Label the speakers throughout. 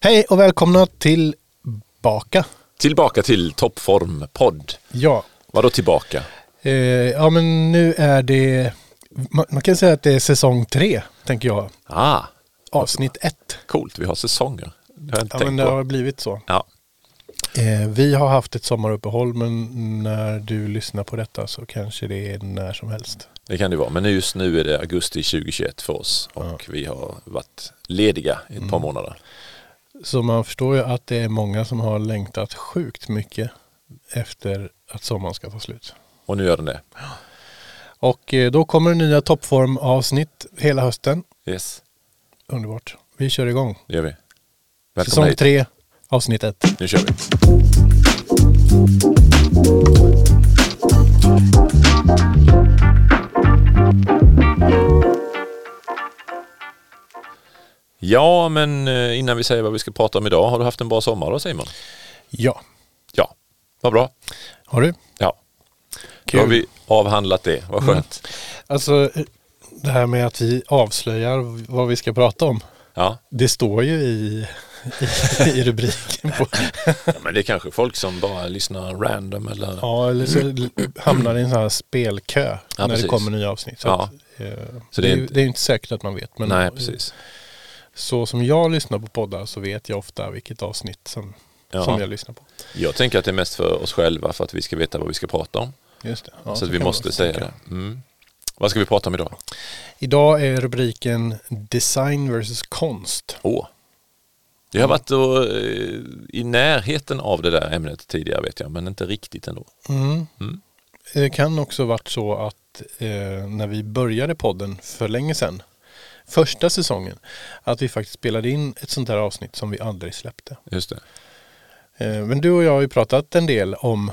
Speaker 1: Hej och välkomna tillbaka.
Speaker 2: Tillbaka till Toppform-podd.
Speaker 1: Ja,
Speaker 2: Vadå tillbaka?
Speaker 1: eh, ja men nu är det, man, man kan säga att det är säsong tre, tänker jag.
Speaker 2: Ah,
Speaker 1: Avsnitt ett.
Speaker 2: coolt, vi har säsonger. Det har jag inte
Speaker 1: Ja, men
Speaker 2: tänkt
Speaker 1: det
Speaker 2: på.
Speaker 1: har blivit så.
Speaker 2: Ja.
Speaker 1: Eh, vi har haft ett sommaruppehåll, men när du lyssnar på detta så kanske det är när som helst.
Speaker 2: Det kan det vara, men just nu är det augusti 2021 för oss och vi har varit lediga i ett
Speaker 1: Mm.
Speaker 2: par månader.
Speaker 1: Så man förstår ju att det är många som har längtat sjukt mycket efter att sommaren ska ta slut.
Speaker 2: Och nu gör den det.
Speaker 1: Och eh, då kommer det nya toppform-avsnitt hela hösten.
Speaker 2: Yes,
Speaker 1: Underbart. Vi kör igång.
Speaker 2: det gör vi. Välkomna
Speaker 1: Säsong
Speaker 2: hit.
Speaker 1: tre, avsnitt ett.
Speaker 2: Nu kör vi. Ja, men eh, innan vi säger vad vi ska prata om idag, har du haft en bra sommar då Simon?
Speaker 1: Ja.
Speaker 2: Ja, vad bra.
Speaker 1: Har du?
Speaker 2: Ja.
Speaker 1: Kul. Mm.
Speaker 2: Då har vi avhandlat det, vad skönt.
Speaker 1: Alltså, det här med att vi avslöjar vad vi ska prata om.
Speaker 2: Ja.
Speaker 1: Det står ju i, i, i rubriken. På,
Speaker 2: ja, men det är kanske folk som bara lyssnar random eller...
Speaker 1: ja, eller så hamnar det i en sån här spelkö när
Speaker 2: precis.
Speaker 1: det kommer nya avsnitt. Så
Speaker 2: Ja.
Speaker 1: att, eh,
Speaker 2: Så
Speaker 1: det,
Speaker 2: det
Speaker 1: är,
Speaker 2: är
Speaker 1: ju-
Speaker 2: inte-
Speaker 1: det är ju inte säkert att man vet. Men
Speaker 2: Nej, precis.
Speaker 1: så som jag lyssnar på poddar så vet jag ofta vilket avsnitt som,
Speaker 2: Ja.
Speaker 1: som jag lyssnar på.
Speaker 2: Jag tänker att det är mest för oss själva för att vi ska veta vad vi ska prata om.
Speaker 1: Just det. Ja,
Speaker 2: så att vi
Speaker 1: kan man
Speaker 2: måste
Speaker 1: också
Speaker 2: säga
Speaker 1: tänka.
Speaker 2: det. Mm. Vad ska vi prata om idag?
Speaker 1: Idag är rubriken Design versus konst.
Speaker 2: Åh. Jag har varit då, eh, i närheten av det där ämnet tidigare vet jag, men inte riktigt ändå.
Speaker 1: Mm.
Speaker 2: Mm.
Speaker 1: Det kan också varit så att eh, när vi började podden för länge sedan, första säsongen, att vi faktiskt spelade in ett sånt här avsnitt som vi aldrig släppte.
Speaker 2: Just det.
Speaker 1: Eh, men du och jag har ju pratat en del om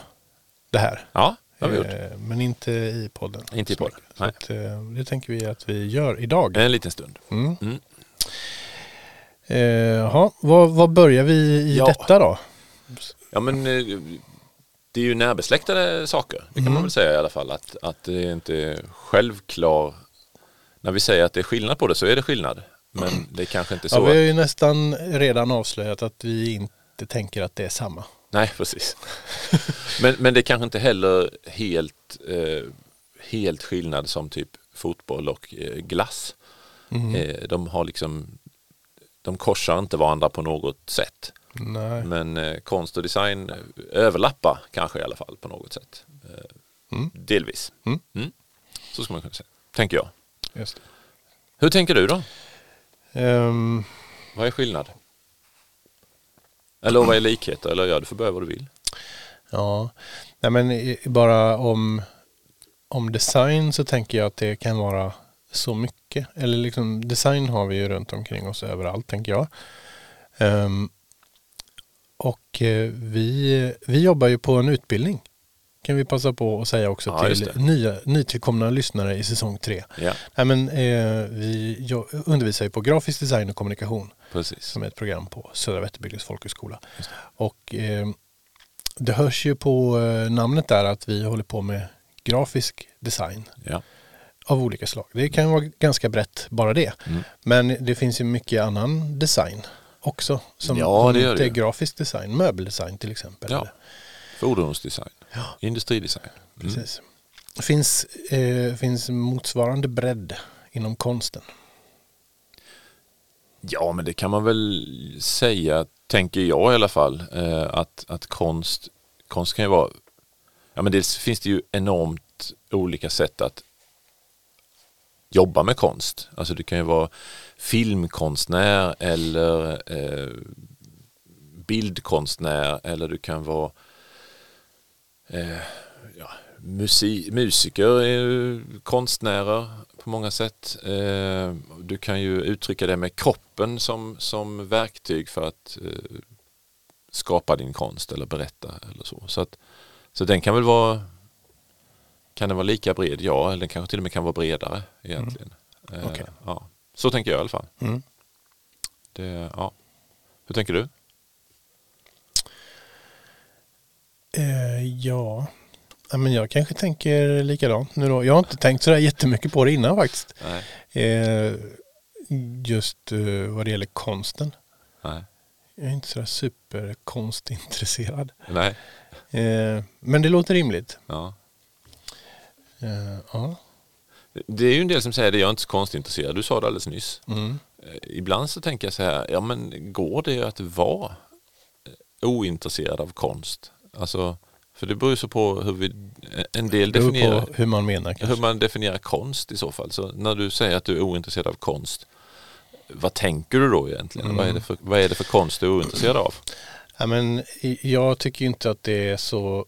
Speaker 1: det här.
Speaker 2: Ja, det har vi gjort.
Speaker 1: Eh, men inte i podden.
Speaker 2: Inte i podden, Eh.
Speaker 1: Så att, eh, det tänker vi att vi gör idag.
Speaker 2: En liten stund.
Speaker 1: Mm.
Speaker 2: Mm.
Speaker 1: Eh, jaha, vad, vad börjar vi i
Speaker 2: Ja.
Speaker 1: detta då?
Speaker 2: Ja, men eh, det är ju närbesläktade saker. Det kan man
Speaker 1: Mm.
Speaker 2: väl säga i alla fall. Att, att det är inte självklar... När vi säger att det är skillnad på det så är det skillnad. Men det är kanske inte så.
Speaker 1: Mm. Ja, vi har
Speaker 2: att,
Speaker 1: ju nästan redan avslöjat att vi inte tänker att det är samma.
Speaker 2: nej, precis. men, men det är kanske inte heller helt, eh, helt skillnad som typ fotboll och eh, glass.
Speaker 1: Mm.
Speaker 2: Eh, de har liksom... De korsar inte varandra på något sätt.
Speaker 1: Nej.
Speaker 2: Men eh, konst och design överlappar kanske i alla fall på något sätt. Eh, Delvis.
Speaker 1: Mm.
Speaker 2: Så ska man kunna säga, tänker jag.
Speaker 1: Just det.
Speaker 2: Hur tänker du då?
Speaker 1: Ehm,
Speaker 2: Vad är skillnad? Eller vad är likheter? Eller ja, du får börja vad du vill.
Speaker 1: ja, nej men i- bara om, om design så tänker jag att det kan vara så mycket. Eller liksom design har vi ju runt omkring oss överallt tänker jag. Ehm, och eh, vi, vi jobbar ju på en utbildning. Kan vi passa på att säga också
Speaker 2: Ja,
Speaker 1: till
Speaker 2: just det.
Speaker 1: nya, nytillkomna lyssnare i säsong tre.
Speaker 2: Ja,
Speaker 1: Nej, men, eh, vi jag undervisar ju på grafisk design och kommunikation.
Speaker 2: precis.
Speaker 1: som är ett program på Södra Vätterbygdens folkhögskola. Och eh, det hörs ju på eh, namnet där att vi håller på med grafisk design
Speaker 2: Ja,
Speaker 1: av olika slag. Det kan ju vara ganska brett bara det.
Speaker 2: Mm.
Speaker 1: Men det finns ju mycket annan design också som
Speaker 2: Ja, det gör
Speaker 1: inte
Speaker 2: det
Speaker 1: är
Speaker 2: ju.
Speaker 1: grafisk design, möbeldesign till exempel.
Speaker 2: ja.
Speaker 1: Eller-
Speaker 2: fordonsdesign, industridesign. Mm.
Speaker 1: Precis. Finns, eh, finns motsvarande bredd inom konsten.
Speaker 2: Ja, men det kan man väl säga, tänker jag i alla fall, eh, att, att konst, konst kan ju vara... Ja, men dels finns det ju enormt olika sätt att jobba med konst. Alltså du kan ju vara filmkonstnär eller eh, bildkonstnär eller du kan vara eh, ja, musi- musiker, är ju konstnärer på många sätt. Eh, du kan ju uttrycka det med kroppen som, som verktyg för att eh, skapa din konst eller berätta eller så. Så, att, så den kan väl vara kan den vara lika bred? Ja, eller den kanske till och med kan vara bredare egentligen. Eh,
Speaker 1: Okej.
Speaker 2: ja. Så tänker jag i alla fall.
Speaker 1: Mm.
Speaker 2: Det, ja. Hur tänker du?
Speaker 1: Eh, ja. ja, men jag kanske tänker likadant nu då. Jag har inte tänkt sådär jättemycket på det innan faktiskt.
Speaker 2: Nej.
Speaker 1: Eh, just eh, vad det gäller konsten.
Speaker 2: Nej.
Speaker 1: Jag är inte sådär superkonstintresserad.
Speaker 2: Nej.
Speaker 1: Eh, men det låter rimligt.
Speaker 2: Ja.
Speaker 1: Eh, ja.
Speaker 2: Det är ju en del som säger det, jag är inte så konstintresserad. Du sa det alldeles nyss.
Speaker 1: Mm.
Speaker 2: Eh, Ibland så tänker jag så här, ja men går det att vara eh, ointresserad av konst? Alltså, för det beror ju så på hur vi, eh, en del
Speaker 1: Det beror
Speaker 2: definierar,
Speaker 1: på hur man menar
Speaker 2: hur
Speaker 1: kanske.
Speaker 2: man definierar konst i så fall. Så när du säger att du är ointresserad av konst, vad tänker du då egentligen? Vad,
Speaker 1: Mm.
Speaker 2: är det för, vad är det för konst du är ointresserad av?
Speaker 1: Ja, men i- jag tycker ju inte att det är så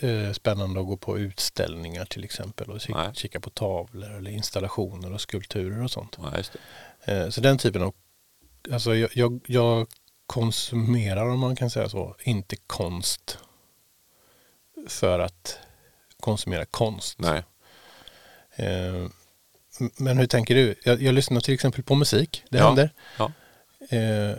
Speaker 1: eh, spännande att gå på utställningar till exempel och kika,
Speaker 2: Nej.
Speaker 1: kika på tavlor eller installationer och skulpturer och sånt.
Speaker 2: Ja, just det.
Speaker 1: Eh, så den typen av, alltså jag, jag, jag konsumerar om man kan säga så, inte konst för att konsumera konst.
Speaker 2: Nej.
Speaker 1: Eh, m- men hur tänker du? Jag, jag lyssnar till exempel på musik, det
Speaker 2: Ja.
Speaker 1: händer.
Speaker 2: Ja.
Speaker 1: Eh,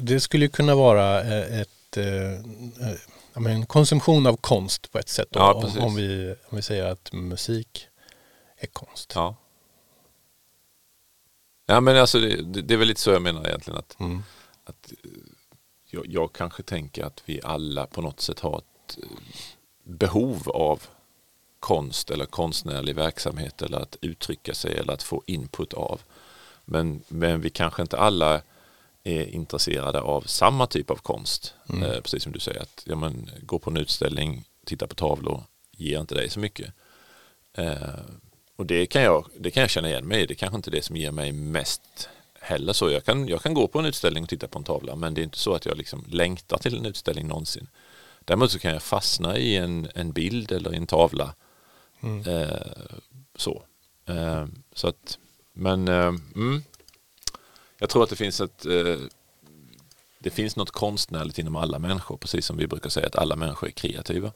Speaker 1: det skulle ju kunna vara eh, ett, eh, eh, ja, men konsumtion av konst på ett sätt. Då,
Speaker 2: Ja, precis.
Speaker 1: om, om, vi, om vi säger att musik är konst.
Speaker 2: Ja. Ja men alltså det, det, det är väl lite så jag menar egentligen att
Speaker 1: Mm.
Speaker 2: att eh, jag, jag kanske tänker att vi alla på något sätt har ett eh, behov av konst eller konstnärlig verksamhet eller att uttrycka sig eller att få input av. Men, men vi kanske inte alla är intresserade av samma typ av konst. Eh, precis som du säger, att ja, men, gå på en utställning, titta på tavlor, ger inte dig så mycket. Eh, och det kan, jag, det kan jag känna igen mig i. Det kanske inte är det som ger mig mest heller. Så jag, kan, jag kan gå på en utställning och titta på en tavla men det är inte så att jag liksom längtar till en utställning någonsin. Däremot så kan jag fastna i en, en bild eller i en tavla. Eh, så. Eh, så att, men eh, mm, jag tror att det finns ett eh, det finns något konstnärligt inom alla människor, precis som vi brukar säga att alla människor är kreativa.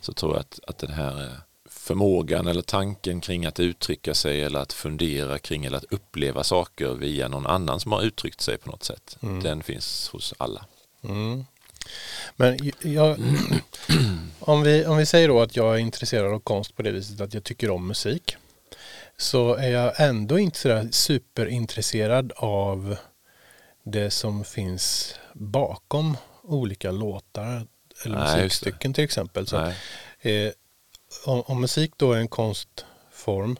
Speaker 2: Så tror jag att, att den här eh, förmågan eller tanken kring att uttrycka sig eller att fundera kring eller att uppleva saker via någon annan som har uttryckt sig på något sätt, den finns hos alla.
Speaker 1: Mm. Men j- jag, om, vi, om vi säger då att jag är intresserad av konst på det viset att jag tycker om musik så är jag ändå inte sådär superintresserad av det som finns bakom olika låtar eller
Speaker 2: Nej, just det.
Speaker 1: musikstycken till exempel. Så
Speaker 2: Nej.
Speaker 1: Eh, om, om musik då är en konstform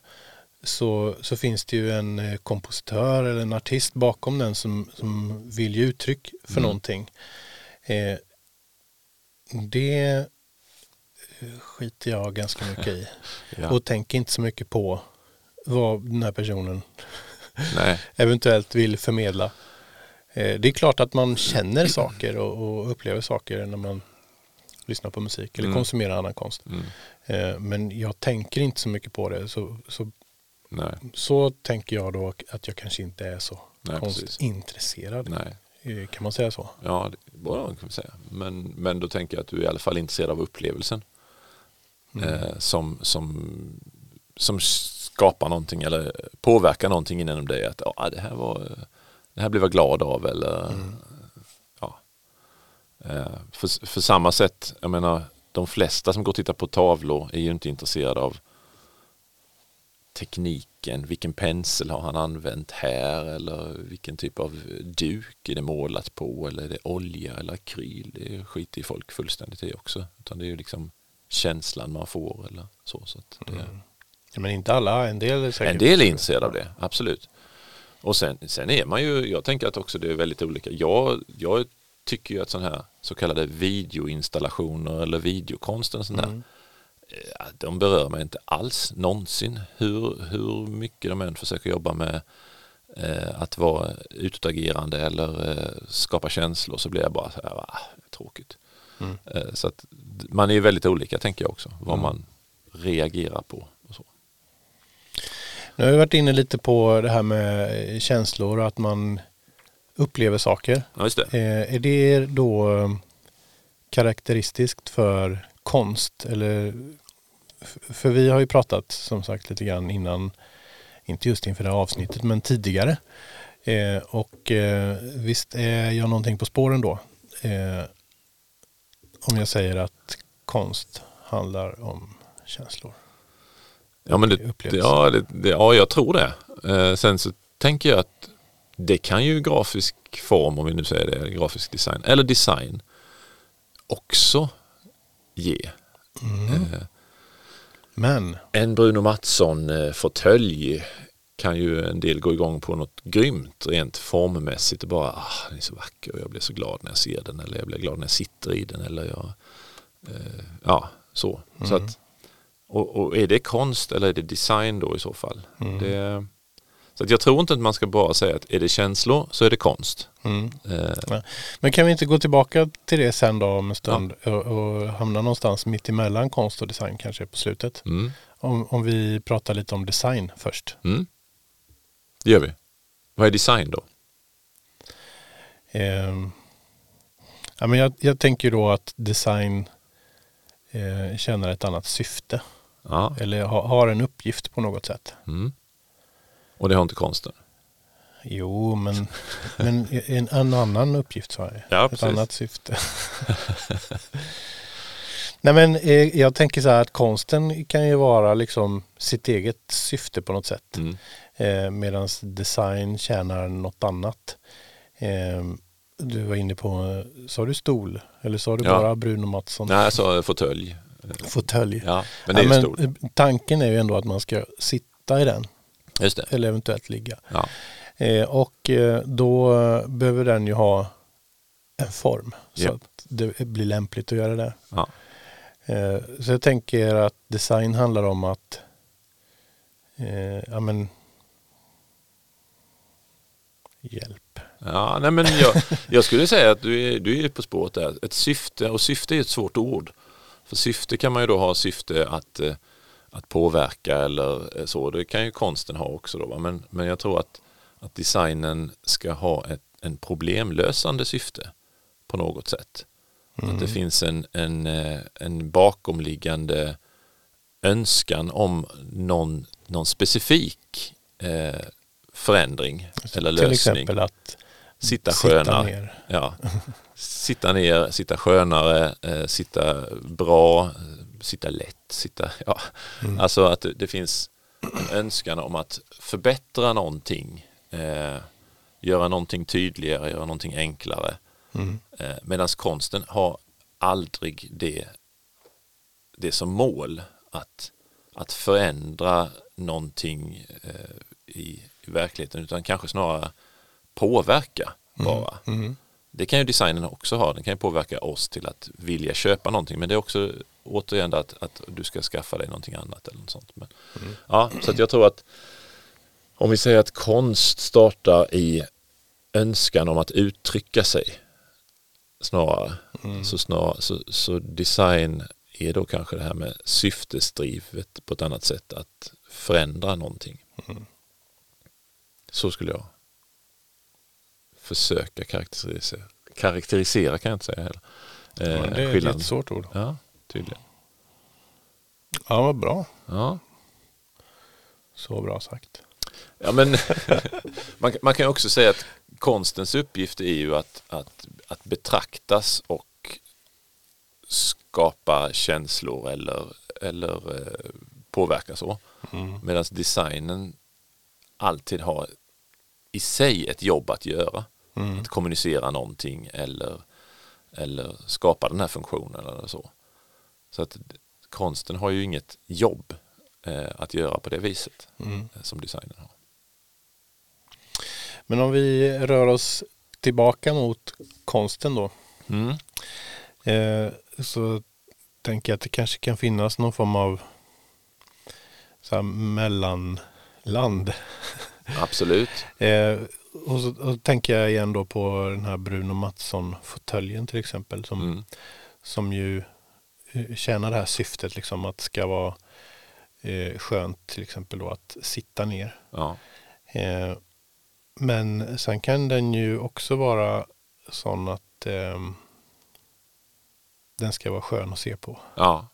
Speaker 1: så, så finns det ju en eh, kompositör eller en artist bakom den som, som vill ge uttryck för
Speaker 2: Mm.
Speaker 1: någonting. Eh, det eh, skiter jag ganska mycket i
Speaker 2: Ja.
Speaker 1: och tänker inte så mycket på vad den här personen
Speaker 2: Nej.
Speaker 1: eventuellt vill förmedla. Eh, det är klart att man känner saker och, och upplever saker när man lyssnar på musik eller
Speaker 2: Mm.
Speaker 1: konsumerar annan konst.
Speaker 2: Mm.
Speaker 1: Eh, Men jag tänker inte så mycket på det. Så, så,
Speaker 2: Nej.
Speaker 1: så tänker jag då att jag kanske inte är så
Speaker 2: Nej, precis.
Speaker 1: konstintresserad.
Speaker 2: Nej.
Speaker 1: Eh, Kan man säga så?
Speaker 2: Ja, det är bra kan man säga. Men, men då tänker jag att du är i alla fall intresserad av upplevelsen. Eh, som, som, som skapar någonting eller påverkar någonting inom dig. Att ja, det, här var, det här blev jag glad av eller ja. Eh, för, för samma sätt, jag menar de flesta som går och tittar på tavlor är ju inte intresserade av tekniken, vilken pensel har han använt här eller vilken typ av duk är det målat på eller är det olja eller akryl, det skiter ju folk fullständigt i också. Utan det är ju liksom känslan man får eller så. så att det,
Speaker 1: Ja, Men inte alla, en del är säkert.
Speaker 2: en del är intresserade av det, absolut. Och sen, sen är man ju, jag tänker att också det är väldigt olika. Jag, jag tycker ju att sådana här så kallade videoinstallationer eller videokonsten sån här, eh, de berör mig inte alls någonsin. Hur, hur mycket de än försöker jobba med eh, att vara utåtagerande eller eh, skapa känslor så blir jag bara så här, ah, tråkigt.
Speaker 1: Mm.
Speaker 2: Eh, så att d- man är ju väldigt olika tänker jag också, vad man reagerar på. Och så.
Speaker 1: Nu har vi varit inne lite på det här med eh, känslor och att man upplever saker.
Speaker 2: Ja, just det.
Speaker 1: Eh, Är det då eh, karaktäristiskt för konst? Eller, f- för vi har ju pratat som sagt lite grann innan, inte just inför det här avsnittet, men tidigare. Eh, Och eh, visst är jag någonting på spåren då? Eh, Om jag säger att konst handlar om känslor.
Speaker 2: Ja, men det,
Speaker 1: upplevs.
Speaker 2: ja, det, det, ja, jag tror det. Eh, sen så tänker jag att Det kan ju grafisk form, om vi nu säger det, eller grafisk design, eller design också ge. Eh,
Speaker 1: Men,
Speaker 2: en Bruno Mattsson-fåtölj kan ju en del gå igång på något grymt rent formmässigt och bara ah, den är så vacker och jag blir så glad när jag ser den eller jag blir glad när jag sitter i den eller jag eh, ja så. så att, och, och är det konst eller är det design då i så fall? Det, så att jag tror inte att man ska bara säga att är det känslor så är det konst.
Speaker 1: mm.
Speaker 2: Eh,
Speaker 1: Nej. Men kan vi inte gå tillbaka till det sen då om en stund och, och hamna någonstans mitt emellan konst och design kanske på slutet?
Speaker 2: mm,
Speaker 1: Om, om vi pratar lite om design först.
Speaker 2: mm. Det gör vi. Vad är design då?
Speaker 1: Ehm, ja, men jag, jag tänker då att design eh, tjänar ett annat syfte
Speaker 2: Ja.
Speaker 1: eller ha, har en uppgift på något sätt.
Speaker 2: Mm. Och det har inte konsten.
Speaker 1: Jo, men, men en, en annan uppgift sa jag.
Speaker 2: Ja,
Speaker 1: Ett
Speaker 2: precis.
Speaker 1: annat syfte. Nej, men eh, jag tänker så här att konsten kan ju vara liksom sitt eget syfte på något sätt.
Speaker 2: Mm.
Speaker 1: Eh, Medan design tjänar något annat. Eh, du var inne på, sa du stol? Eller sa du
Speaker 2: Ja.
Speaker 1: bara Bruno Mattsson?
Speaker 2: Nej, jag sa fåtölj.
Speaker 1: Fåtölj.
Speaker 2: Ja, men det är ju
Speaker 1: Ja,
Speaker 2: stort.
Speaker 1: eh, Tanken är ju ändå att man ska sitta i den
Speaker 2: Just det.
Speaker 1: eller eventuellt ligga.
Speaker 2: Ja.
Speaker 1: Eh, och eh, då eh, behöver den ju ha en form så
Speaker 2: Japp.
Speaker 1: att det blir lämpligt att göra det.
Speaker 2: Ja.
Speaker 1: Eh, så jag tänker att design handlar om att eh, ja, men, hjälp.
Speaker 2: Ja, nej men jag, jag skulle säga att du är, du är på spåret där. Ett syfte, och syfte är ett svårt ord. För syfte kan man ju då ha syfte att, eh, att påverka eller eh, så. Det kan ju konsten ha också då. va. Men, men jag tror att, att designen ska ha ett en problemlösande syfte på något sätt. Att
Speaker 1: Mm.
Speaker 2: det finns en, en, eh, en bakomliggande önskan om någon, någon specifik eh, förändring eller
Speaker 1: Till
Speaker 2: lösning
Speaker 1: exempel att
Speaker 2: sitta
Speaker 1: Sitta
Speaker 2: sköna.
Speaker 1: ner.
Speaker 2: Ja. Sitta ner, sitta skönare, eh, sitta bra, eh, sitta lätt, sitta... Ja.
Speaker 1: Mm.
Speaker 2: Alltså att det, det finns en önskan om att förbättra någonting, eh, göra någonting tydligare, göra någonting enklare.
Speaker 1: Mm.
Speaker 2: Eh, Medan konsten har aldrig det, det som mål att, att förändra någonting eh, i, i verkligheten utan kanske snarare påverka bara. Det kan ju designen också ha. Den kan ju påverka oss till att vilja köpa någonting. Men det är också återigen det att, att du ska skaffa dig någonting annat eller något sånt. Men, ja, så att jag tror att om vi säger att konst startar i önskan om att uttrycka sig snarare.
Speaker 1: Mm.
Speaker 2: Så, snar, så, så design är då kanske det här med syftesdrivet på ett annat sätt att förändra någonting.
Speaker 1: Mm.
Speaker 2: Så skulle jag försöka karaktärisera. Karaktärisera kan jag inte säga heller.
Speaker 1: Ja,
Speaker 2: Eh,
Speaker 1: det är
Speaker 2: skillnaden.
Speaker 1: ett svårt ord.
Speaker 2: Ja, tydligen.
Speaker 1: Ja, vad bra.
Speaker 2: Ja.
Speaker 1: Så bra sagt.
Speaker 2: Ja, men man, man kan ju också säga att konstens uppgift är ju att, att, att betraktas och skapa känslor eller, eller eh, påverka så.
Speaker 1: Mm.
Speaker 2: Medan designen alltid har i sig ett jobb att göra.
Speaker 1: Mm.
Speaker 2: Att kommunicera någonting eller, eller skapa den här funktionen eller så. Så att konsten har ju inget jobb eh, att göra på det viset
Speaker 1: Mm.
Speaker 2: eh, som designen har.
Speaker 1: Men om vi rör oss tillbaka mot konsten då.
Speaker 2: Mm.
Speaker 1: Eh, så tänker jag att det kanske kan finnas någon form av så här, mellanland.
Speaker 2: Absolut.
Speaker 1: Eh, och så och så tänker jag igen då på den här Bruno Mattsson-fåtöljen till exempel som,
Speaker 2: Mm.
Speaker 1: som ju eh, tjänar det här syftet liksom att det ska vara eh, skönt till exempel då att sitta ner.
Speaker 2: Ja.
Speaker 1: Eh, men sen kan den ju också vara sån att ehm, den ska vara skön att se på.
Speaker 2: ja.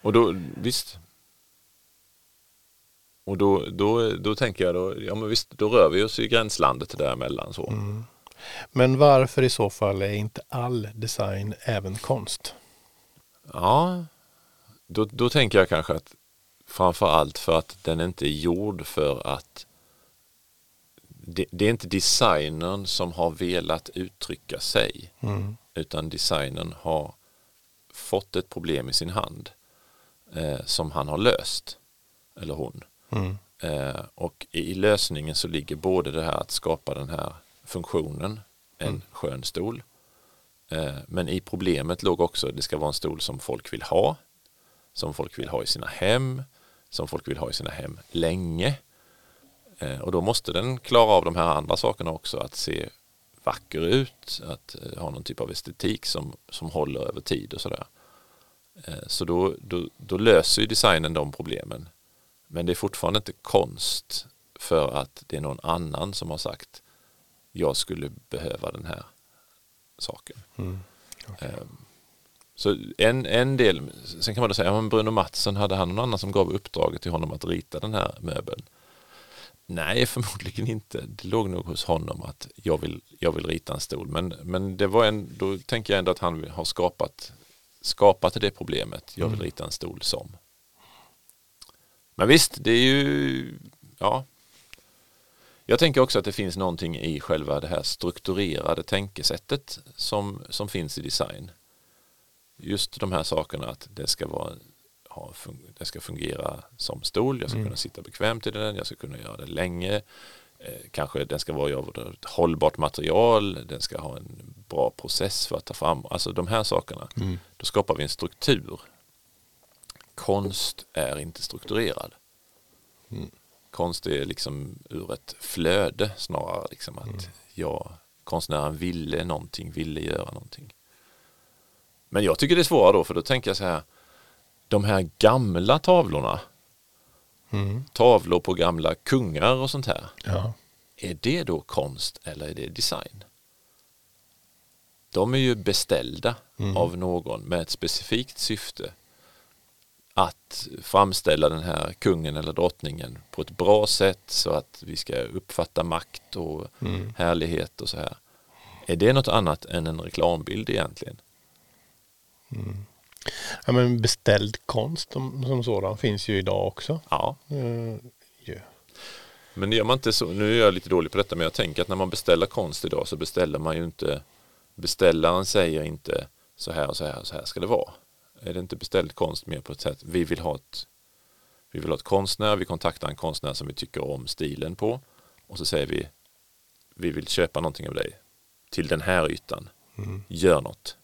Speaker 2: Och då, visst. Och då, då, då tänker jag då, ja men visst, då rör vi oss i gränslandet däremellan så.
Speaker 1: Men varför i så fall är inte all design även konst?
Speaker 2: Ja, då, då tänker jag kanske att framför allt för att den inte är gjord för att det, det är inte designern som har velat uttrycka sig
Speaker 1: Mm.
Speaker 2: utan designern har fått ett problem i sin hand eh, som han har löst eller hon.
Speaker 1: Mm.
Speaker 2: Eh, och i lösningen så ligger både det här att skapa den här funktionen, en
Speaker 1: Mm.
Speaker 2: skön stol. Eh, men i problemet låg också att det ska vara en stol som folk vill ha, som folk vill ha i sina hem, som folk vill ha i sina hem länge. Eh, och då måste den klara av de här andra sakerna också, att se vacker ut, att eh, ha någon typ av estetik som, som håller över tid och sådär. Eh, Så då, då, då löser ju designen de problemen. Men det är fortfarande inte konst för att det är någon annan som har sagt jag skulle behöva den här saken.
Speaker 1: Mm.
Speaker 2: Ehm, Så en, en del, sen kan man då säga, ja, men Bruno Mattsson, hade han någon annan som gav uppdraget till honom att rita den här möbeln? Nej, förmodligen inte. Det låg nog hos honom att jag vill, jag vill rita en stol. Men, men det var en, då tänker jag ändå att han har skapat, skapat det problemet. Jag vill rita en stol som. Men visst, det är ju, ja. Jag tänker också att det finns någonting i själva det här strukturerade tänkesättet som, som finns i design. Just de här sakerna att det ska vara ha, fun- det ska fungera som stol, jag ska kunna sitta bekvämt i den, jag ska kunna göra det länge. Eh, kanske den ska vara av ett hållbart material, den ska ha en bra process för att ta fram, alltså de här sakerna. Då skapar vi en struktur. Konst är inte strukturerad konst är liksom ur ett flöde snarare. Liksom att jag, konstnären ville någonting, ville göra någonting. Men jag tycker det är svårare då, för då tänker jag så här, de här gamla tavlorna,
Speaker 1: Mm.
Speaker 2: tavlor på gamla kungar och sånt här,
Speaker 1: Ja.
Speaker 2: är det då konst eller är det design? De är ju beställda av någon med ett specifikt syfte att framställa den här kungen eller drottningen på ett bra sätt så att vi ska uppfatta makt och härlighet och så här. Är det något annat än en reklambild egentligen?
Speaker 1: ja, men beställd konst som, som sådan finns ju idag också.
Speaker 2: Ja,
Speaker 1: Eh, ju.
Speaker 2: men gör man inte så, nu är jag lite dålig på detta men jag tänker att när man beställer konst idag så beställer man ju inte, beställaren säger inte så här och så här och så här ska det vara. Är det inte beställd konst mer på ett sätt, vi vill ha ett, vi vill ha ett konstnär, vi kontaktar en konstnär som vi tycker om stilen på och så säger vi, vi vill köpa någonting av dig till den här ytan, gör något.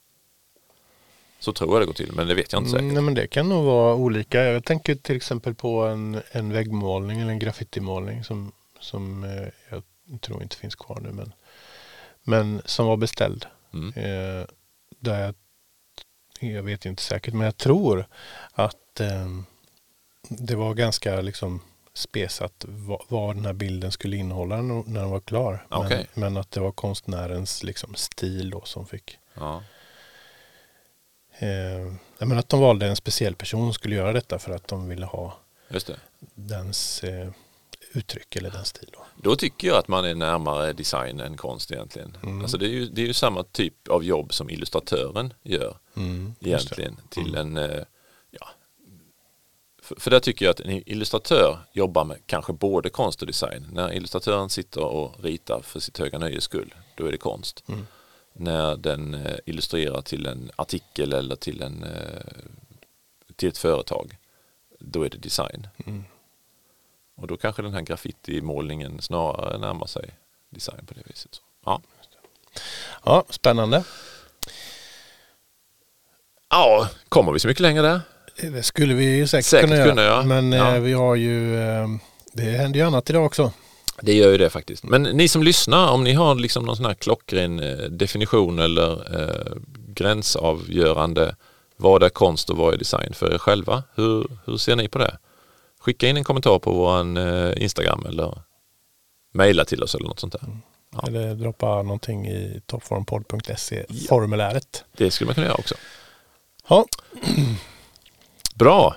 Speaker 2: Så tror jag det går till, men det vet jag inte säkert.
Speaker 1: Mm, Nej, men det kan nog vara olika. Jag tänker till exempel på en, en väggmålning eller en graffitimålning som, som eh, jag tror inte finns kvar nu. Men, men som var beställd.
Speaker 2: Mm.
Speaker 1: Eh, där jag, jag vet ju inte säkert, men jag tror att eh, det var ganska liksom spesat vad, vad den här bilden skulle innehålla no- när den var klar.
Speaker 2: Okej.
Speaker 1: Men, men att det var konstnärens liksom, stil då som fick
Speaker 2: Ja.
Speaker 1: Eh, jag menar att de valde en speciell person som skulle göra detta för att de ville ha
Speaker 2: Just det.
Speaker 1: dens eh, uttryck eller den stil. Då.
Speaker 2: Då tycker jag att man är närmare design än konst egentligen.
Speaker 1: Mm.
Speaker 2: Alltså det, är ju, det är ju samma typ av jobb som illustratören gör
Speaker 1: Just det.
Speaker 2: Mm, egentligen. Till en, eh, ja. för, för där tycker jag att en illustratör jobbar med kanske både konst och design. När illustratören sitter och ritar för sitt höga nöjes skull, då är det konst. När den eh, illustrerar till en artikel eller till, en, eh, till ett företag, då är det design. Och då kanske den här graffitimålningen snarare närmar sig design på det viset. Så. Ja.
Speaker 1: Ja, spännande.
Speaker 2: ja, kommer vi så mycket längre där?
Speaker 1: Eh, Det skulle vi ju säkert,
Speaker 2: Säkert
Speaker 1: kunna göra.
Speaker 2: kunna, ja.
Speaker 1: Men eh,
Speaker 2: Ja.
Speaker 1: vi har ju, eh, det händer ju annat idag också.
Speaker 2: Det gör ju det faktiskt. Men ni som lyssnar, om ni har liksom någon sån här klockren eh, definition eller eh, gränsavgörande vad är konst och vad är design för er själva? Hur, hur ser ni på det? Skicka in en kommentar på vår eh, Instagram eller mejla till oss eller något sånt
Speaker 1: Mm.
Speaker 2: där. Ja.
Speaker 1: Eller droppa någonting i toppformpodd.se formuläret.
Speaker 2: Det skulle man kunna göra också.
Speaker 1: Ja,
Speaker 2: Bra!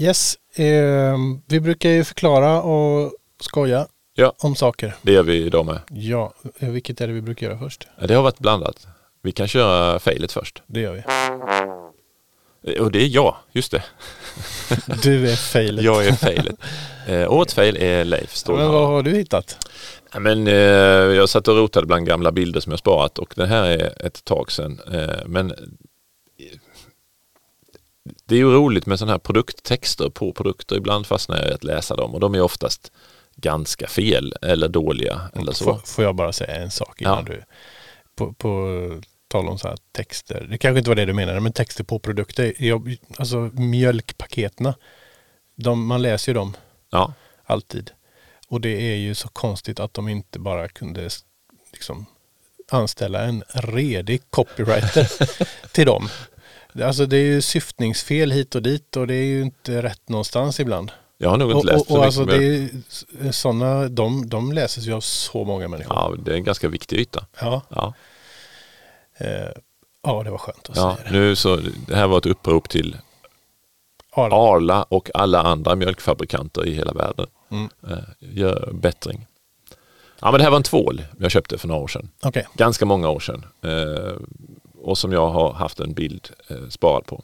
Speaker 1: yes. Eh, vi brukar ju förklara och skoja
Speaker 2: Ja,
Speaker 1: om saker.
Speaker 2: det gör vi idag med.
Speaker 1: Ja, eh, vilket är det vi brukar göra först?
Speaker 2: Ja, Det har varit blandat. Vi kan köra failet först.
Speaker 1: Det gör vi.
Speaker 2: Eh, Och det är jag, just det.
Speaker 1: Du är failet.
Speaker 2: Jag är failet. Eh, årets fail är Leif
Speaker 1: Men vad
Speaker 2: Stålhammar.
Speaker 1: har du hittat?
Speaker 2: Ja, Men, eh, jag satt och rotade bland gamla bilder som jag sparat och det här är ett tag sedan. Eh, men eh, det är ju roligt med sådana här produkttexter på produkter. Ibland fastnar jag i att läsa dem och de är oftast ganska fel eller dåliga. Eller så.
Speaker 1: Får, får jag bara säga en sak innan
Speaker 2: Ja.
Speaker 1: du... På, på tal om så här texter. Det kanske inte var det du menade, men texter på produkter. Jag, alltså mjölkpaketerna. De, man läser ju dem
Speaker 2: Ja,
Speaker 1: alltid. Och det är ju så konstigt att de inte bara kunde s- liksom, anställa en redig copywriter till dem. Alltså det är ju syftningsfel hit och dit och det är ju inte rätt någonstans ibland.
Speaker 2: jag har nog inte
Speaker 1: Och,
Speaker 2: läst
Speaker 1: och,
Speaker 2: så
Speaker 1: och
Speaker 2: mycket.
Speaker 1: alltså
Speaker 2: som
Speaker 1: det är
Speaker 2: jag-
Speaker 1: ju s- sådana, de, de läses ju av så många människor.
Speaker 2: ja, det är en ganska viktig yta.
Speaker 1: Ja,
Speaker 2: Ja.
Speaker 1: eh, ja det var skönt att
Speaker 2: Ja,
Speaker 1: säga det.
Speaker 2: nu så, det här var ett upprop till
Speaker 1: Arla.
Speaker 2: Arla och alla andra mjölkfabrikanter i hela världen.
Speaker 1: Mm.
Speaker 2: Eh, Gör bättring. Ja, men det här var en tvål jag köpte för några år sedan.
Speaker 1: Okej,
Speaker 2: Ganska många år sedan. Eh, Och som jag har haft en bild eh, sparad på.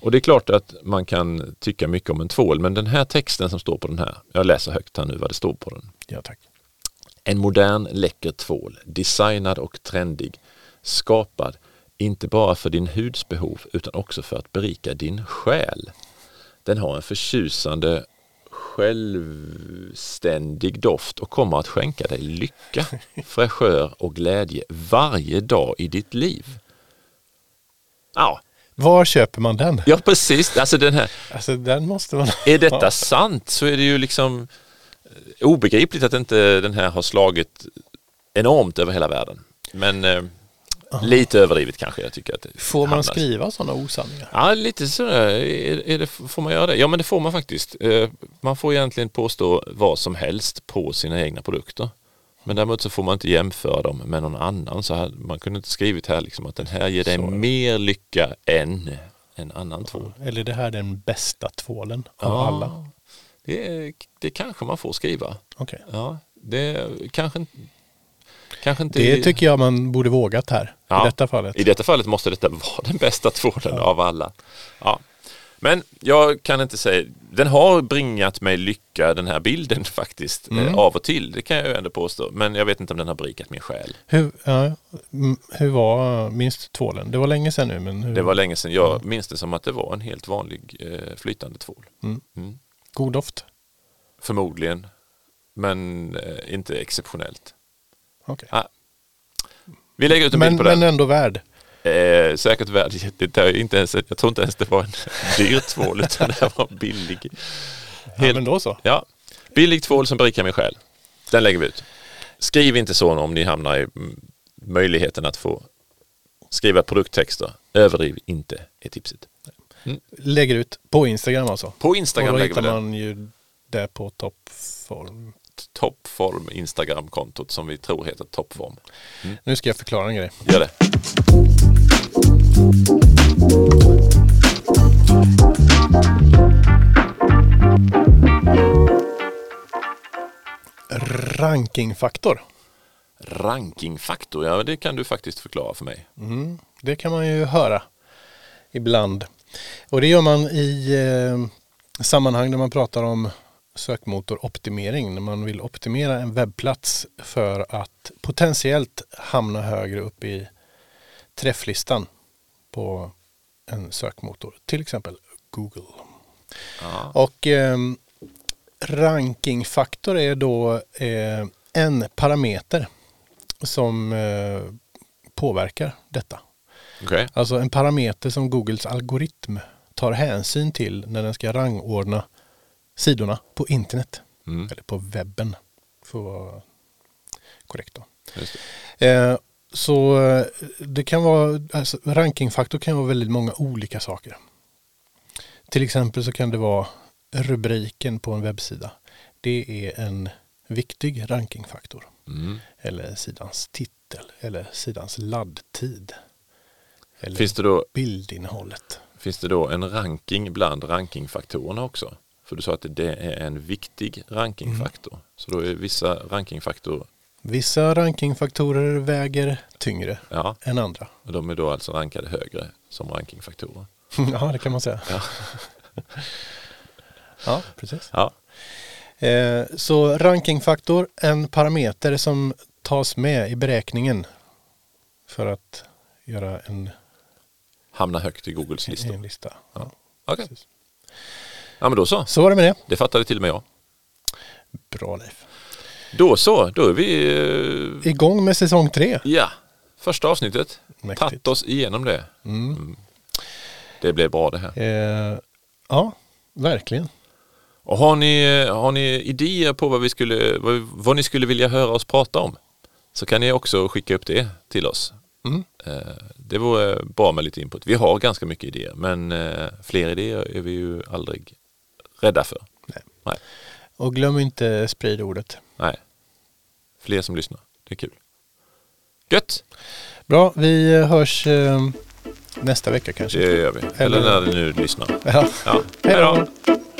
Speaker 2: Och det är klart att man kan tycka mycket om en tvål, men den här texten som står på den här, jag läser högt här nu vad det står på den.
Speaker 1: ja tack.
Speaker 2: En modern läcker tvål, designad och trendig, skapad inte bara för din huds behov utan också för att berika din själ. Den har en förtjusande självständig doft och kommer att skänka dig lycka, fräschör och glädje varje dag i ditt liv. Ja,
Speaker 1: Var köper man den?
Speaker 2: ja precis. Alltså den här,
Speaker 1: Alltså den måste man...
Speaker 2: är detta sant så är det ju liksom eh, obegripligt att inte den här har slagit enormt över hela världen. Men eh, lite överdrivet kanske jag tycker att det
Speaker 1: Får man
Speaker 2: hamnar.
Speaker 1: skriva sådana osanningar?
Speaker 2: Ja, lite sådär. Är, är det, får man göra det? Ja, men det får man faktiskt. Eh, Man får egentligen påstå vad som helst på sina egna produkter. Men däremot så får man inte jämföra dem med någon annan. Så här, man kunde inte skrivit här liksom att den här ger dig mer lycka än en annan tvål.
Speaker 1: Eller är det här den bästa tvålen av
Speaker 2: Ja,
Speaker 1: alla?
Speaker 2: Det, är- det kanske man får skriva.
Speaker 1: Okej.
Speaker 2: Ja, det kanske, inte- kanske inte...
Speaker 1: Det tycker jag man borde vågat här
Speaker 2: Ja.
Speaker 1: i detta fallet.
Speaker 2: I detta fallet måste detta vara den bästa tvålen av alla. Ja. Men jag kan inte säga, den har bringat mig lycka den här bilden faktiskt,
Speaker 1: Mm.
Speaker 2: eh, av och till. Det kan jag ju ändå påstå. Men jag vet inte om den har berikat min själ.
Speaker 1: Hur, ja, mm, hur var minst tvålen? Det var länge sedan nu, men hur,
Speaker 2: Det var länge sedan, jag minns det som att det var en helt vanlig eh, flytande tvål.
Speaker 1: Mm.
Speaker 2: Mm.
Speaker 1: god doft?
Speaker 2: Förmodligen, men eh, inte exceptionellt.
Speaker 1: Okej.
Speaker 2: Ah. Vi lägger ut en
Speaker 1: Men,
Speaker 2: bild på den.
Speaker 1: men ändå värd.
Speaker 2: Eh, säkert värd, det är inte ens, jag tror inte ens det var en dyr tvål utan det här var billig.
Speaker 1: Ja,
Speaker 2: Helt-
Speaker 1: men då så.
Speaker 2: Ja, billig tvål som berikar min själ. Den lägger vi ut. Skriv inte så om ni hamnar i mm, möjligheten att få skriva produkttexter. Överdriv inte är tipset.
Speaker 1: Lägger ut på Instagram alltså.
Speaker 2: På
Speaker 1: Och då
Speaker 2: Instagram lägger vi
Speaker 1: hittar
Speaker 2: den.
Speaker 1: man ju det på toppform.
Speaker 2: Toppform Instagram-kontot som vi tror heter Toppform.
Speaker 1: Nu ska jag förklara en grej.
Speaker 2: Gör det.
Speaker 1: Rankingfaktor.
Speaker 2: Rankingfaktor, ja det kan du faktiskt förklara för mig.
Speaker 1: Mm, det kan man ju höra ibland. Och det gör man i eh, sammanhang där man pratar om sökmotoroptimering, när man vill optimera en webbplats för att potentiellt hamna högre upp i träfflistan på en sökmotor, till exempel Google.
Speaker 2: Ja.
Speaker 1: Och eh, rankingfaktor är då eh, en parameter som eh, påverkar detta.
Speaker 2: Okej,
Speaker 1: Alltså en parameter som Googles algoritm tar hänsyn till när den ska rangordna sidorna på internet.
Speaker 2: Mm.
Speaker 1: Eller på webben, för att vara korrekt. Då.
Speaker 2: just det.
Speaker 1: Eh, så eh, det kan vara, alltså, rankingfaktor kan vara väldigt många olika saker. Till exempel så kan det vara rubriken på en webbsida. Det är en viktig rankingfaktor.
Speaker 2: Mm.
Speaker 1: Eller sidans titel, eller sidans laddtid. Eller
Speaker 2: Finns, det då,
Speaker 1: bildinnehållet.
Speaker 2: finns det då en ranking bland rankingfaktorerna också? För du sa att det är en viktig rankingfaktor. Så då är vissa rankingfaktorer
Speaker 1: Vissa rankingfaktorer väger tyngre
Speaker 2: Ja,
Speaker 1: än andra.
Speaker 2: och de är då alltså rankade högre som rankingfaktorer.
Speaker 1: ja, det kan man säga.
Speaker 2: Ja.
Speaker 1: ja, precis.
Speaker 2: Ja.
Speaker 1: Eh, så rankingfaktor, en parameter som tas med i beräkningen för att göra en,
Speaker 2: Hamna högt i Googles listor.
Speaker 1: en lista.
Speaker 2: Ja. Okej.
Speaker 1: precis.
Speaker 2: Ja, men då så.
Speaker 1: Så var det med det.
Speaker 2: Det fattade till och med jag.
Speaker 1: Bra Leif.
Speaker 2: Då så, då är vi... eh,
Speaker 1: Igång med säsong tre.
Speaker 2: Ja, första avsnittet.
Speaker 1: Mäktigt.
Speaker 2: Tatt oss igenom det. Mm. Det blev bra det här.
Speaker 1: Eh, ja, verkligen.
Speaker 2: Och har ni, har ni idéer på vad, vi skulle, vad, vad ni skulle vilja höra oss prata om så kan ni också skicka upp det till oss.
Speaker 1: Mm.
Speaker 2: Eh, Det vore bra med lite input. Vi har ganska mycket idéer men eh, fler idéer är vi ju aldrig rädda för.
Speaker 1: Nej.
Speaker 2: Nej.
Speaker 1: Och glöm inte sprida ordet.
Speaker 2: Nej. Fler som lyssnar. Det är kul. Gött!
Speaker 1: Bra, vi hörs eh, nästa vecka kanske.
Speaker 2: Det gör vi. Eller när ni nu lyssnar.
Speaker 1: Ja.
Speaker 2: Ja.
Speaker 1: Hej då.
Speaker 2: Hej då.